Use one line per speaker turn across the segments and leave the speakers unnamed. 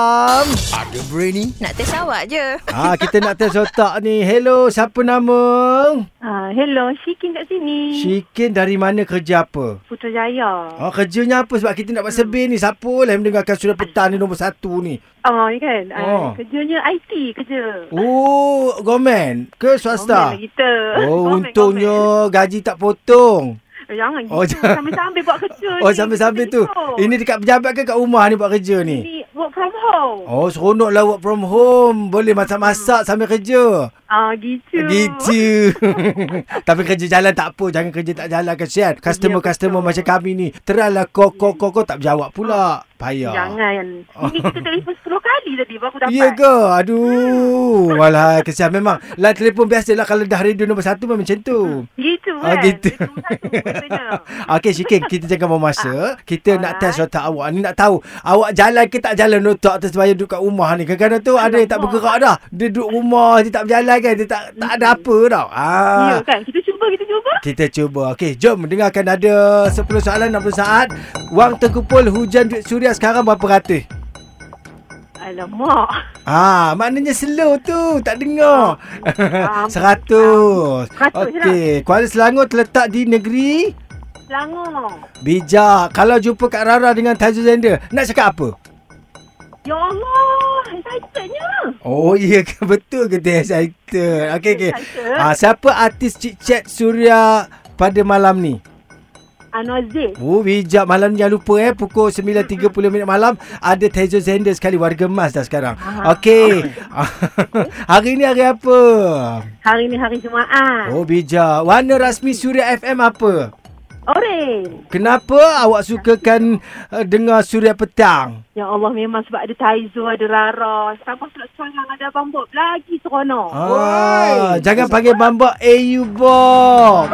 Jam
Ada brain ni.
Nak test awak je.
Ah Kita nak test otak ni Hello Siapa nama?
Ah, hello, Shikin kat sini.
Shikin dari mana kerja apa?
Putrajaya.
Ah, kerjanya apa sebab kita nak buat survey ni Siapa lah yang mendengarkan surat petang ni nombor satu ni
Oh, ya kan?
Oh.
Ah, kerjanya IT kerja.
Oh government ke swasta?
Komen lah kita.
Oh
Komen, komen.
untungnya gaji tak potong
Eh, Jangan
Oh,
oh, gitu.
jangan.
Sambil-sambil buat kerja
Oh sambil-sambil tu Ini dekat pejabat ke kat rumah ni buat kerja ni?
Ini work from home. Oh.
Oh seronok lah work from home Boleh masak-masak sambil kerja
Ah, gitu.
Gitu. Tapi kerja jalan tak apa. Jangan kerja tak jalan. Kesian. Customer-customer
betul.
macam kami ni. Teralah kok kok kok kok tak berjawab pula. Payah.
Jangan. Ini kita telefon 10 kali tadi baru dapat.
Oh. Ya ke? Aduh. Walah, kesian. Memang. Lah telefon biasalah kalau dah radio nombor satu memang macam tu.
Gitu
Ah,
kan.
gitu.
Dia tunggu satu, kena.
Okey, Syikin. Kita jangan buang masa. Kita nak
Alright.
test otak awak ni. Nak tahu awak jalan ke tak jalan otak tu sebab duduk kat rumah ni. Kadang-kadang tu ada yang tak
Alamak.
bergerak dah. Dia duduk rumah, dia tak berjalan kan. Dia tak, tak ada apa tau. Ah.
Ya kan? Kita cuba, kita cuba.
Kita cuba. Okey, jom dengarkan ada 10 soalan 60 saat. Wang terkumpul hujan duit suria sekarang berapa ratus?
Alamak.
Ah, maknanya slow tu. Tak dengar.
Ah,
Seratus.
Seratus, lah.
Okey, Kuala Selangor terletak di negeri
Selangor.
bijak. Kalau jumpa Kak Rara dengan Tajuzander, nak cakap apa?
Ya Allah. Excitednya.
Oh, iya ke? Betul ke dia excited? Okey, okey.
Excited.
Ah, siapa artis Cik Chat Suria pada malam ni?
Anozil.
Oh bijak malam ni jangan lupa eh pukul 9.30 minit malam ada Tejo Zender sekali warga emas dah sekarang. Okey. hari ni hari apa?
Hari ni hari Jumaat.
Oh bijak. Warna rasmi Suria FM apa?
Oren.
Kenapa awak sukakan uh, dengar Suria petang?
Ya Allah memang sebab ada Taizo, ada Rara. Sama Selok Serangang ada Abang Bob. Lagi seronok.
Ah, jangan panggil bambak Eh, AU Bob.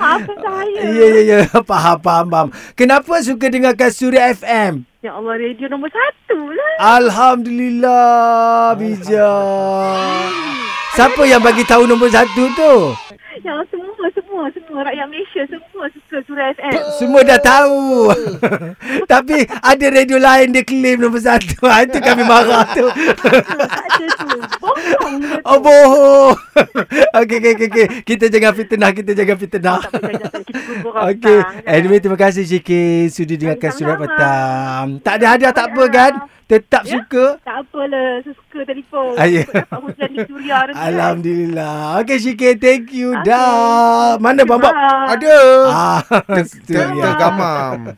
Apa saya?
Ya ya ya faham faham. faham. Kenapa suka dengarkan Suria FM?
Ya Allah, radio nombor satu
Ah.
lah.
Alhamdulillah bijak. Siapa yang bagi tahu nombor satu tu?
Ya semua, semua, semua. Rakyat Malaysia semua suka Surah FM.
Semua dah tahu. Tapi ada radio lain dia claim nombor satu. Ha, itu kami marah tu.
Tak ada tu. Bohong dia tu.
Oh bohong. Okey okey okey. okey. Kita jangan fitnah, kita jangan fitnah.
Oh, Tak boleh, tak boleh. Kita berbual
Okey.
petang, kan?
Anyway, terima kasih Syiki sudi dengarkan surat
Sama-sama.
petang. Tak ada hadiah tak apa kan? Tetap
Ya.
suka.
Tak apalah. Suka telefon.
Ayah.
Dapat hujan di Suria. tu kan.
Ah, Alhamdulillah. Okey Syiki, thank you.
Okey.
Dah. Mana
Terima
bambak?
kasih.
Ada.
Ah,
Ter-
tu dia.
Tergamam.